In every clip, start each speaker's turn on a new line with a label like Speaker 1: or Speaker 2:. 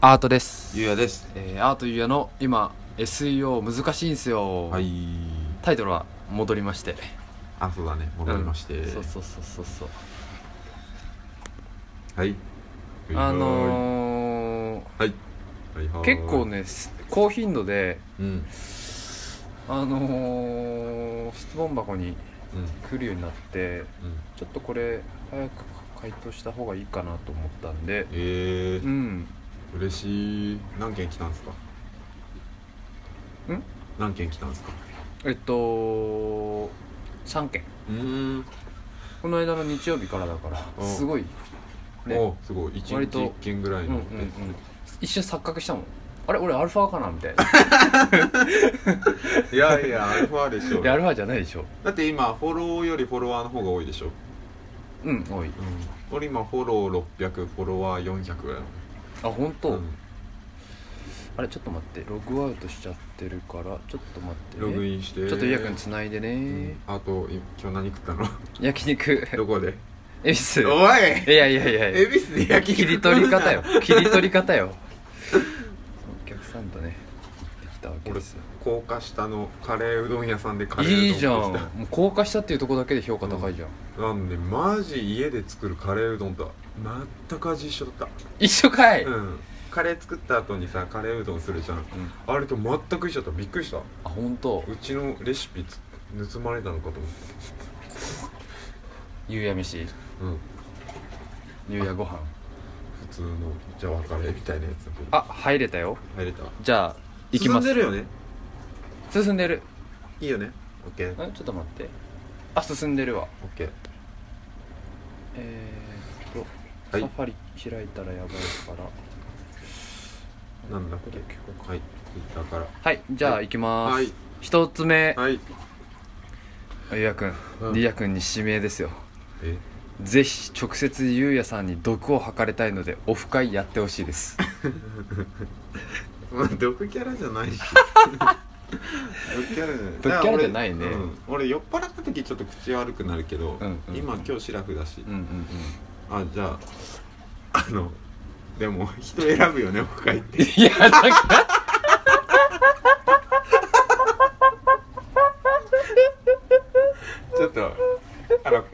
Speaker 1: アートです、
Speaker 2: ゆうやです
Speaker 1: えーアートゆうやの今 SEO 難しいんすよ、
Speaker 2: はい
Speaker 1: タイトルは戻りまして
Speaker 2: あそうだね戻りまして、
Speaker 1: うんそうそうそうそうそう
Speaker 2: はい
Speaker 1: あのー、
Speaker 2: はいはいはい
Speaker 1: 結構ねす高頻度で
Speaker 2: うん
Speaker 1: あのー、質問箱に
Speaker 2: うん
Speaker 1: 来るようになって
Speaker 2: うん
Speaker 1: ちょっとこれ早く回答した方がいいかなと思ったんで
Speaker 2: え
Speaker 1: う
Speaker 2: ー、
Speaker 1: ん
Speaker 2: 嬉しい何件来たんですか
Speaker 1: ん
Speaker 2: 何件来たんですか
Speaker 1: えっと3件
Speaker 2: うーん
Speaker 1: この間の日曜日からだから
Speaker 2: お
Speaker 1: すごいね
Speaker 2: おすごい一日
Speaker 1: 割と
Speaker 2: 一件ぐらい
Speaker 1: うんう
Speaker 2: の
Speaker 1: んうん一瞬錯覚したもんあれ俺アルファかな みたいな
Speaker 2: いやいやアルファでしょ
Speaker 1: いやアルファじゃないでしょ
Speaker 2: だって今フォローよりフォロワーの方が多いでしょ、
Speaker 1: うん多い
Speaker 2: 俺今フォロー600フォロワー400ぐらいなの
Speaker 1: あ本当、
Speaker 2: ん
Speaker 1: あれちょっと待ってログアウトしちゃってるからちょっと待って、ね、
Speaker 2: ログインして
Speaker 1: ちょっとゆうやくんつないでね、
Speaker 2: うんあとい今日何食ったの
Speaker 1: 焼肉
Speaker 2: どこで
Speaker 1: 恵比寿い
Speaker 2: おい
Speaker 1: やいやいやい
Speaker 2: 恵
Speaker 1: や
Speaker 2: 比寿で焼き
Speaker 1: 切り取り方よ切り取り方よお客さんとねできたわけ
Speaker 2: 俺
Speaker 1: ですよ
Speaker 2: 高架下のカレーうどん屋さんでカレーうどん
Speaker 1: いいじゃん
Speaker 2: 食って
Speaker 1: もう高架下っていうところだけで評価高いじゃん、
Speaker 2: きたなんでマジ家で作るカレーうどんとは全く味一緒だっ
Speaker 1: 一緒かい、
Speaker 2: たうんカレー作った後にさカレーうどんするじゃん
Speaker 1: うん
Speaker 2: あれと全く一緒だったびっくりしたう
Speaker 1: あ本当。
Speaker 2: ちのレシピつ盗まれたのかと思っ
Speaker 1: 夕闇飯
Speaker 2: たうん
Speaker 1: 夕夜ご飯
Speaker 2: 普通のジャワカレーみたいなやつだけど
Speaker 1: あ入れたよ
Speaker 2: 入れた
Speaker 1: じゃあ行きます
Speaker 2: 進んでるよね
Speaker 1: 進んでる
Speaker 2: いいよねオッケー
Speaker 1: んちょっと待ってあ進んでるわ
Speaker 2: オッケー
Speaker 1: えー、っと、
Speaker 2: はい
Speaker 1: サファリ開いたらやばいから
Speaker 2: なんだっけ
Speaker 1: これ結構
Speaker 2: はいだから
Speaker 1: はいじゃあ
Speaker 2: はい
Speaker 1: 行きます、
Speaker 2: はい
Speaker 1: 一つ目、
Speaker 2: はい
Speaker 1: ゆうやくん、
Speaker 2: うん
Speaker 1: りやくんに指名ですよ
Speaker 2: え
Speaker 1: ぜひ直接ゆうやさんに毒を吐かれたいのでオフ会やってほしいです
Speaker 2: まあ毒キャラじゃないし毒キャラじゃない
Speaker 1: 毒キャラじゃないね
Speaker 2: だから俺,、うん、俺酔っ払った時ちょっと口悪くなるけど、
Speaker 1: うんうん
Speaker 2: 今今日シラフだし、
Speaker 1: うんうんうん
Speaker 2: あじゃああのでも人選ぶよね僕が言って
Speaker 1: いやだから
Speaker 2: ちょっとあの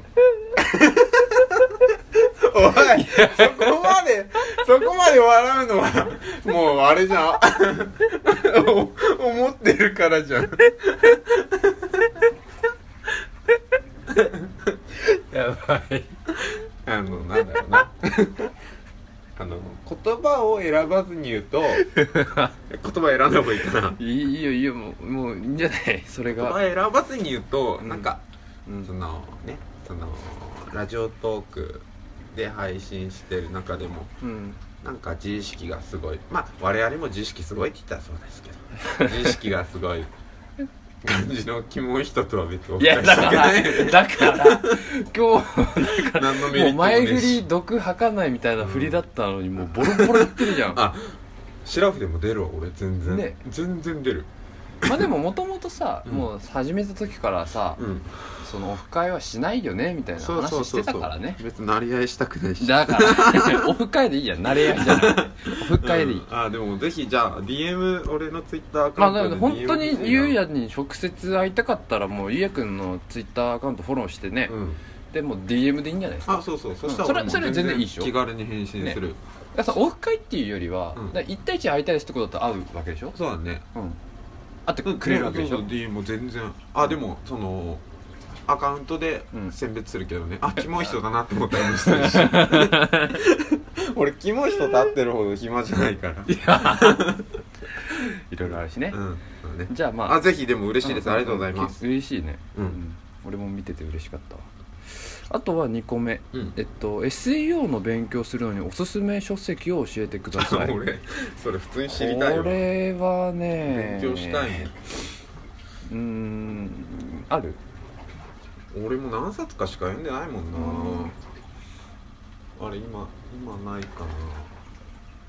Speaker 2: おいそこまでそこまで笑うのはもうあれじゃん お思ってるからじゃん
Speaker 1: やばい
Speaker 2: あの、なんだろうな。 あの、言葉を選ばずに言うと、 言葉選んだ方がいいかな。
Speaker 1: いいいいよいいよもうもういいんじゃないそれ
Speaker 2: 言
Speaker 1: が
Speaker 2: 葉選ばずに言うと、
Speaker 1: うん
Speaker 2: なんか、
Speaker 1: うん
Speaker 2: そのね、その、ラジオトークで配信してる中でも、
Speaker 1: うん
Speaker 2: なんか自意識がすごい。まあ、我々も自意識すごいって言ったらそうですけ ど、自意識がすごい感じのキモい人とは別にお
Speaker 1: いや
Speaker 2: 会い
Speaker 1: だ
Speaker 2: した
Speaker 1: か
Speaker 2: く
Speaker 1: ら
Speaker 2: ない、
Speaker 1: だから今
Speaker 2: 何の
Speaker 1: 日
Speaker 2: メ
Speaker 1: もう
Speaker 2: リットもね
Speaker 1: 前
Speaker 2: え
Speaker 1: 振
Speaker 2: し
Speaker 1: り毒吐かないみたいな振りだったのにもうボロボロ言ってるじゃんま
Speaker 2: あ、シラフでも出るわ、俺、全然。
Speaker 1: ね
Speaker 2: 全然出る。
Speaker 1: あでももともとさ
Speaker 2: うん
Speaker 1: もう始めた時からさ
Speaker 2: うん。
Speaker 1: そのオフ会はしないよねみたいな
Speaker 2: そうそう
Speaker 1: 話し
Speaker 2: そう
Speaker 1: て
Speaker 2: そ
Speaker 1: た
Speaker 2: う
Speaker 1: からね
Speaker 2: 別になり合いしたくないし
Speaker 1: だから オフ会でいいや慣れやいじゃないオフ会でいい
Speaker 2: うんあでもぜひじゃあ DM 俺のツイッターア
Speaker 1: ま
Speaker 2: カウ
Speaker 1: あ
Speaker 2: ント
Speaker 1: だ
Speaker 2: で
Speaker 1: か
Speaker 2: DM
Speaker 1: ら本当に
Speaker 2: くれ
Speaker 1: ゆうやに直接会いたかったらもうゆうやくんのツイッターアカウントフォローしてね
Speaker 2: うん
Speaker 1: でもう DM でいいんじゃないですか
Speaker 2: あそうそうそしたら
Speaker 1: それ
Speaker 2: 俺も
Speaker 1: それ全然いいでしょ
Speaker 2: 気軽に返信する
Speaker 1: だからさオフ会っていうよりは、
Speaker 2: うん
Speaker 1: だから1対1会いたいですってことだと会うわけでしょ
Speaker 2: そうだね
Speaker 1: うん会ってくれるわけでしょ、
Speaker 2: そうそう DM も全然あでもそのアカウントで
Speaker 1: うん
Speaker 2: 選別するけどねあキモい人だなって思ったら無視す るし俺キモい人と会ってるほど暇じゃないから
Speaker 1: いろいろあるしね、
Speaker 2: うんそうね
Speaker 1: じゃあまあ
Speaker 2: あぜひでも嬉しいですありがとうございます
Speaker 1: うん嬉しいね
Speaker 2: うん
Speaker 1: 俺も見てて嬉しかったわあとは2個目、
Speaker 2: うん
Speaker 1: えっと SEO の勉強するのにおすすめ書籍を教えてくださいこ
Speaker 2: 俺それ普通に知りたいわ
Speaker 1: れはね
Speaker 2: 勉強したいね
Speaker 1: うーんある
Speaker 2: 俺も何冊かしか読んでないもんな、あれ今今ないかな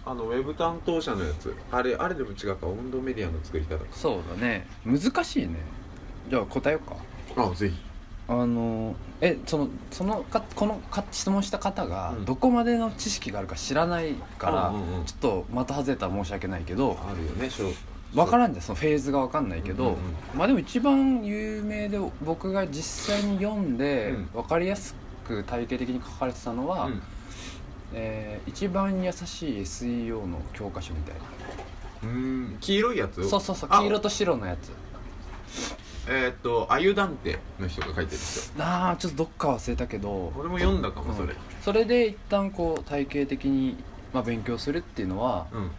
Speaker 2: あのウェブ担当者のやつあれあれでも違うか温度メディアの作り方か
Speaker 1: そうだね難しいねじゃあ答えようか
Speaker 2: あぜひ
Speaker 1: あのえそのそのかこのか質問した方が
Speaker 2: うん
Speaker 1: どこまでの知識があるか知らないから、
Speaker 2: うんうんうん
Speaker 1: ちょっとまた外れたら申し訳ないけど
Speaker 2: あるよねしょ
Speaker 1: 分からんじゃんそのフェーズが分かんないけど、
Speaker 2: うんうん
Speaker 1: まあでも一番有名で僕が実際に読んで、
Speaker 2: うん
Speaker 1: 分かりやすく体系的に書かれてたのは、
Speaker 2: うん
Speaker 1: えー一番優しい SEO の教科書みたいな
Speaker 2: うん黄色いやつ
Speaker 1: そうそうそう
Speaker 2: あ
Speaker 1: 黄色と白のやつ
Speaker 2: えーっとあゆダンテの人が書いてるんですよ
Speaker 1: なあちょっとどっか忘れたけど
Speaker 2: 俺も読んだかもそれ
Speaker 1: うんそれで一旦こう体系的に、まあ、勉強するっていうのは
Speaker 2: うん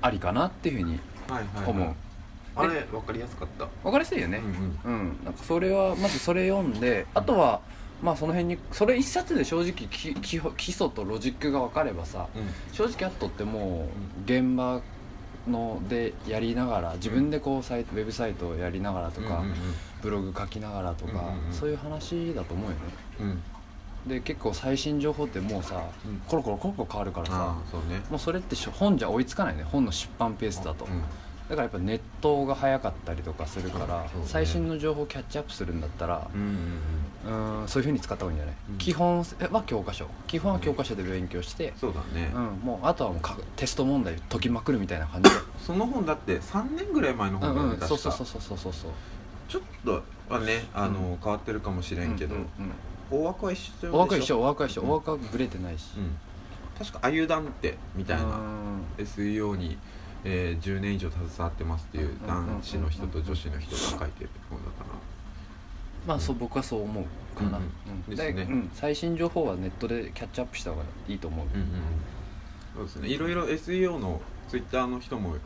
Speaker 1: ありかなっていうふうに
Speaker 2: はいはい、
Speaker 1: 思う、
Speaker 2: あれ分かりやすかった
Speaker 1: 分かりやすいよね
Speaker 2: うんうん
Speaker 1: うん、なんかそれはまずそれ読んであとはまあその辺にそれ一冊で正直き基本基礎とロジックが分かればさ正直あっとってもう現場のでやりながら自分でこうサイトウェブサイトをやりながらとか、
Speaker 2: うんうん
Speaker 1: ブログ書きながらとか、
Speaker 2: うんうんうん
Speaker 1: そういう話だと思うよね
Speaker 2: うんうん
Speaker 1: で結構最新情報ってもうさ、
Speaker 2: うん
Speaker 1: コロコロコロコロ変わるからさ
Speaker 2: ああそうね
Speaker 1: もうそれってしょ本じゃ追いつかないね本の出版ペースだと、
Speaker 2: うん
Speaker 1: だからやっぱネットが早かったりとかするから、
Speaker 2: そうそうね
Speaker 1: 最新の情報をキャッチアップするんだったら
Speaker 2: うんうん
Speaker 1: うーんそういう風に使った方がいいんじゃない、
Speaker 2: うん
Speaker 1: 基本は教科書基本は教科書で勉強して
Speaker 2: そうだね、
Speaker 1: うん、もうあとはもうかテスト問題解きまくるみたいな感じ
Speaker 2: その本だって3年ぐらい前の
Speaker 1: う
Speaker 2: 本だ
Speaker 1: ん
Speaker 2: よね、
Speaker 1: うん
Speaker 2: 確か
Speaker 1: そうそうそうそうそうそうそう
Speaker 2: ちょっとはねあの、変わってるかもしれんけど、
Speaker 1: うんうん
Speaker 2: 大枠は一緒でし
Speaker 1: うん
Speaker 2: ょ
Speaker 1: お枠は一緒お枠は一緒、
Speaker 2: うん
Speaker 1: お枠はブレてないし、
Speaker 2: うん、確か「あゆだんて」みたいうな、
Speaker 1: ん
Speaker 2: SEO に、えー10年以上携わってますっていう
Speaker 1: うん
Speaker 2: 男子の人と女子の人が書いてる本だから
Speaker 1: まあそう僕はそう思うかな、
Speaker 2: うん
Speaker 1: うん
Speaker 2: ですね
Speaker 1: でうん最新情報はネットでキャッチアップした方がいいと思う、
Speaker 2: うんうんそうですねいろいろ SEO の Twitter の人も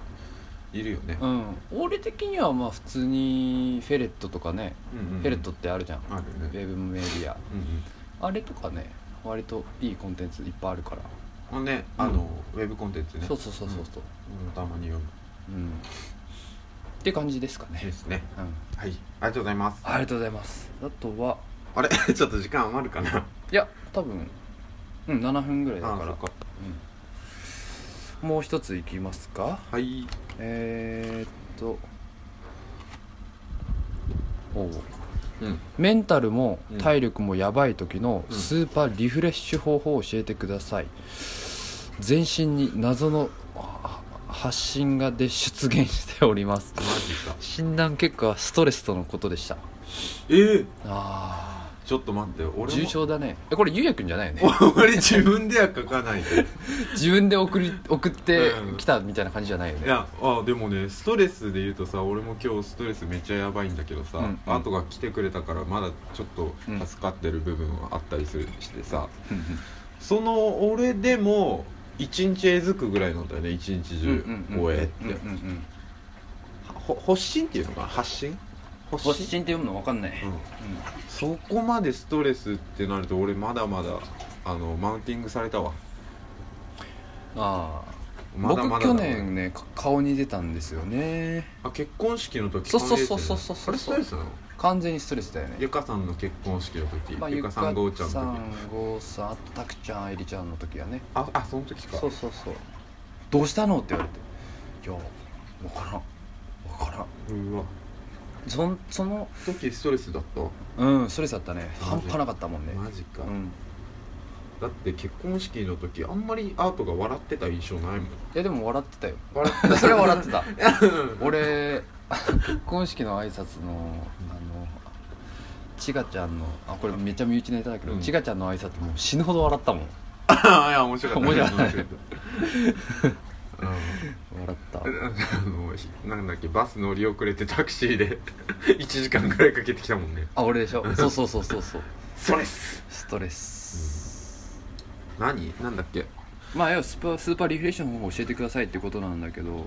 Speaker 2: いるよね、
Speaker 1: うん、俺的にはまあ普通にフェレットとかね、
Speaker 2: うんうん
Speaker 1: フェレットってあるじゃん、
Speaker 2: あるよ
Speaker 1: ウ
Speaker 2: ね
Speaker 1: ェブメディア
Speaker 2: うんうん
Speaker 1: あれとかね割といいコンテンツいっぱいあるから、
Speaker 2: ほんであの、ウェブコンテンツね
Speaker 1: そうそうそうそうそう
Speaker 2: うんたまに読む
Speaker 1: うん、って感じですかね、
Speaker 2: ですね
Speaker 1: うん、
Speaker 2: はいありがとうございます
Speaker 1: ありがとうございますあとは
Speaker 2: あれ ちょっと時間余るかない
Speaker 1: や多分うん7分ぐらいだから
Speaker 2: あそっか
Speaker 1: うん、もう一ついきますか
Speaker 2: はい
Speaker 1: えー、っとおう
Speaker 2: うん
Speaker 1: メンタルも体力もやばい時のスーパーリフレッシュ方法を教えてください全身に謎のあ発疹がで出現しております
Speaker 2: マジか
Speaker 1: 診断結果はストレスとのことでした
Speaker 2: えー、
Speaker 1: あ
Speaker 2: ちょっと待って俺も
Speaker 1: ー重症だねえこれゆうやくんじゃないよね
Speaker 2: 俺自分では書かないで
Speaker 1: 自分で送り送って
Speaker 2: うん
Speaker 1: きたみたいな感じじゃないよ
Speaker 2: い
Speaker 1: ね
Speaker 2: やあでもねストレスで言うとさ俺も今日ストレスめっちゃやばいんだけどさ、
Speaker 1: うんうん
Speaker 2: 後が来てくれたからまだちょっと
Speaker 1: うん
Speaker 2: 助かってる部分はあったりするしてさ、その俺でも一日えずくぐらいなんだよね一日中終えって、
Speaker 1: うんうんうん
Speaker 2: ほ発信っていうのかな発信発
Speaker 1: 発疹って読むの分かんない、
Speaker 2: うんそこまでストレスってなると俺まだまだあのマウンティングされたわ
Speaker 1: ああ
Speaker 2: まだまだ
Speaker 1: 僕
Speaker 2: だ
Speaker 1: 去年ねか顔に出たんですよね
Speaker 2: あ結婚式の時
Speaker 1: そうそうそうそうそう
Speaker 2: あれストレスなの
Speaker 1: 完全にストレスだよね
Speaker 2: ゆかさんの結婚式の時、
Speaker 1: まあ
Speaker 2: ゆかさんごうちゃんの
Speaker 1: さ
Speaker 2: 時
Speaker 1: んゴーさんあとたくちゃんえりちゃんの時はね
Speaker 2: ああその時か
Speaker 1: そうそうそうどうしたのって言われて「いや分からん分からん
Speaker 2: うわ」
Speaker 1: そんその
Speaker 2: 時ストレスだったわ
Speaker 1: うんストレスだったね半
Speaker 2: マジ
Speaker 1: 端なかったもんね
Speaker 2: マジか、
Speaker 1: うん
Speaker 2: だって結婚式の時あんまりアートが笑ってた印象ないもん
Speaker 1: いやでも笑ってたよ
Speaker 2: 笑って
Speaker 1: それは笑ってた俺結婚式の挨拶のあのちがちゃんのあこれめっちゃ身内ネタだけど、
Speaker 2: うん
Speaker 1: ちがちゃんの挨拶もう死ぬほど笑ったもん
Speaker 2: た いや面白かった
Speaker 1: 面白かった
Speaker 2: 面
Speaker 1: 笑
Speaker 2: 白かったうん
Speaker 1: った
Speaker 2: あのひなんだっけバス乗り遅れてタクシーで 1時間ぐらいかけてきたもんね
Speaker 1: あ俺でしょそうそうそうそうそう
Speaker 2: ストレス
Speaker 1: ストレス、
Speaker 2: 何なんだっけ、
Speaker 1: まあ要はスーパースーパーリフレッシュの方を教えてくださいってことなんだけど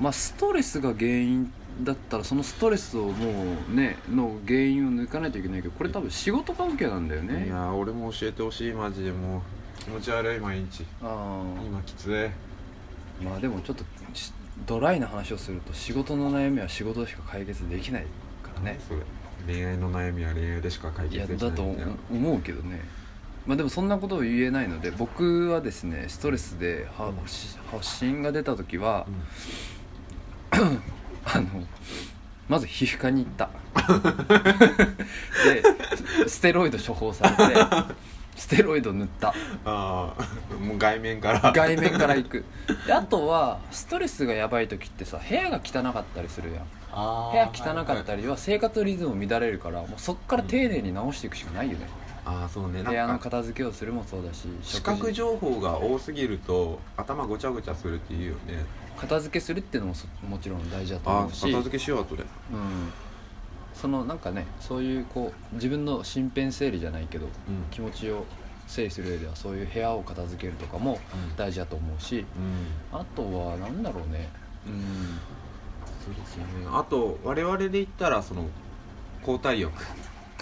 Speaker 1: まあストレスが原因だったらそのストレスをもうねの原因を抜かないといけないけどこれ多分仕事関係なんだよ
Speaker 2: い
Speaker 1: ね
Speaker 2: やー俺も教えてほしいマジでもう気持ち悪い毎日
Speaker 1: あ
Speaker 2: 今きつい
Speaker 1: あまあでもちょっとしドライな話をすると仕事の悩みは仕事でしか解決できないからね
Speaker 2: それ恋愛の悩みは恋愛でしか解
Speaker 1: いや
Speaker 2: 決できない
Speaker 1: だと
Speaker 2: みたいな
Speaker 1: 思うけどねまあでもそんなことを言えないので僕はですねストレスでは
Speaker 2: うん
Speaker 1: 発信が出た時は、あのまず皮膚科に行ったでステロイド処方されてステロイド塗った
Speaker 2: ああ もう外面から
Speaker 1: 外面から行くであとはストレスがやばい時ってさ部屋が汚かったりするやん
Speaker 2: あ
Speaker 1: 部屋汚かった
Speaker 2: り
Speaker 1: りは生活リズム乱れるからもうそっから丁寧に直していくしかないよね
Speaker 2: ああそうね
Speaker 1: 部屋の
Speaker 2: なんか
Speaker 1: 片付けをするもそうだし
Speaker 2: 視覚
Speaker 1: 食事
Speaker 2: 情報が多すぎると頭ごちゃごちゃするっていうよね
Speaker 1: 片付けするっていうのもそもちろん大事だと
Speaker 2: ああ
Speaker 1: 思うし
Speaker 2: 片付けしようとで
Speaker 1: うん、そのなんかねそういうこう自分の身辺整理じゃないけど
Speaker 2: うん
Speaker 1: 気持ちを整理する上ではそういう部屋を片付けるとかも大事だと思うし
Speaker 2: うん
Speaker 1: あとは何だろうねうん
Speaker 2: そうですよねあと我々で言ったらその交代浴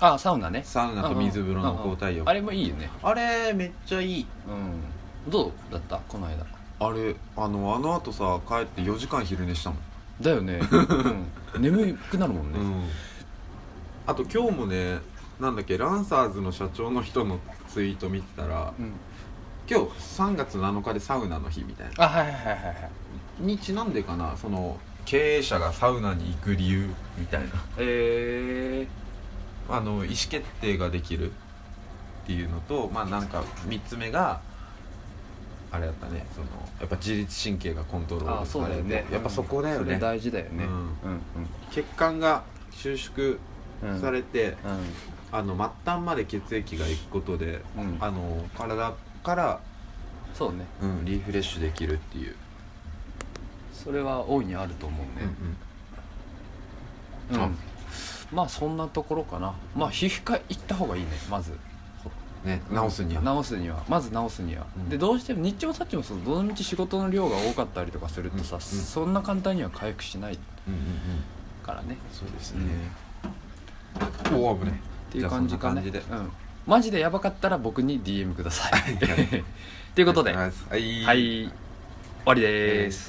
Speaker 1: あサウナね
Speaker 2: サウナと水風呂の交代
Speaker 1: うんうん
Speaker 2: 浴
Speaker 1: あれもいいよね
Speaker 2: あれめっちゃいい
Speaker 1: うんどうだったこの間
Speaker 2: あれあのあの後さ帰って4時間昼寝したもん
Speaker 1: だよ ね、うん、眠くなるもんね、
Speaker 2: うん、あと今日もねなんだっけランサーズの社長の人のツイート見てたら
Speaker 1: うん
Speaker 2: 今日3月7日でサウナの日みたいな
Speaker 1: あはいはいはいはいはい
Speaker 2: にちなんでかなその経営者がサウナに行く理由みたいな
Speaker 1: え
Speaker 2: あの意思決定ができるっていうのとまあなんか3つ目があれだったねそのやっぱ自律神経がコントロ
Speaker 1: ー、
Speaker 2: ー
Speaker 1: あ
Speaker 2: ル
Speaker 1: そう
Speaker 2: さ
Speaker 1: だ
Speaker 2: れ
Speaker 1: よ
Speaker 2: て、
Speaker 1: ね
Speaker 2: やっぱそこだよ
Speaker 1: うんそれ
Speaker 2: ね、
Speaker 1: 大事だよね、
Speaker 2: うん
Speaker 1: うん
Speaker 2: 血管が収縮
Speaker 1: うんうん
Speaker 2: されて、
Speaker 1: う
Speaker 2: あの末端まで血液が行くことで
Speaker 1: ん、うん、
Speaker 2: あの体から、
Speaker 1: そうね
Speaker 2: うん、リフレッシュできるっていう、
Speaker 1: それは大いにあると思うね、
Speaker 2: うんうん
Speaker 1: うんまあそんなところかなまあ皮膚科行った方がいいねまず
Speaker 2: ね治すには
Speaker 1: 治すにはまず治すには、
Speaker 2: うん
Speaker 1: でどうしても日中もさっちもそうどの道仕事の量が多かったりとかするとさ、
Speaker 2: うん
Speaker 1: そんな簡単には回復しない
Speaker 2: うんうんうん
Speaker 1: からね
Speaker 2: そうですね、おお危ね
Speaker 1: っていう感じかね
Speaker 2: じゃあそんな
Speaker 1: うん、マジでやばかったら僕に DM ください
Speaker 2: はい
Speaker 1: ということでは
Speaker 2: はい
Speaker 1: い終わりです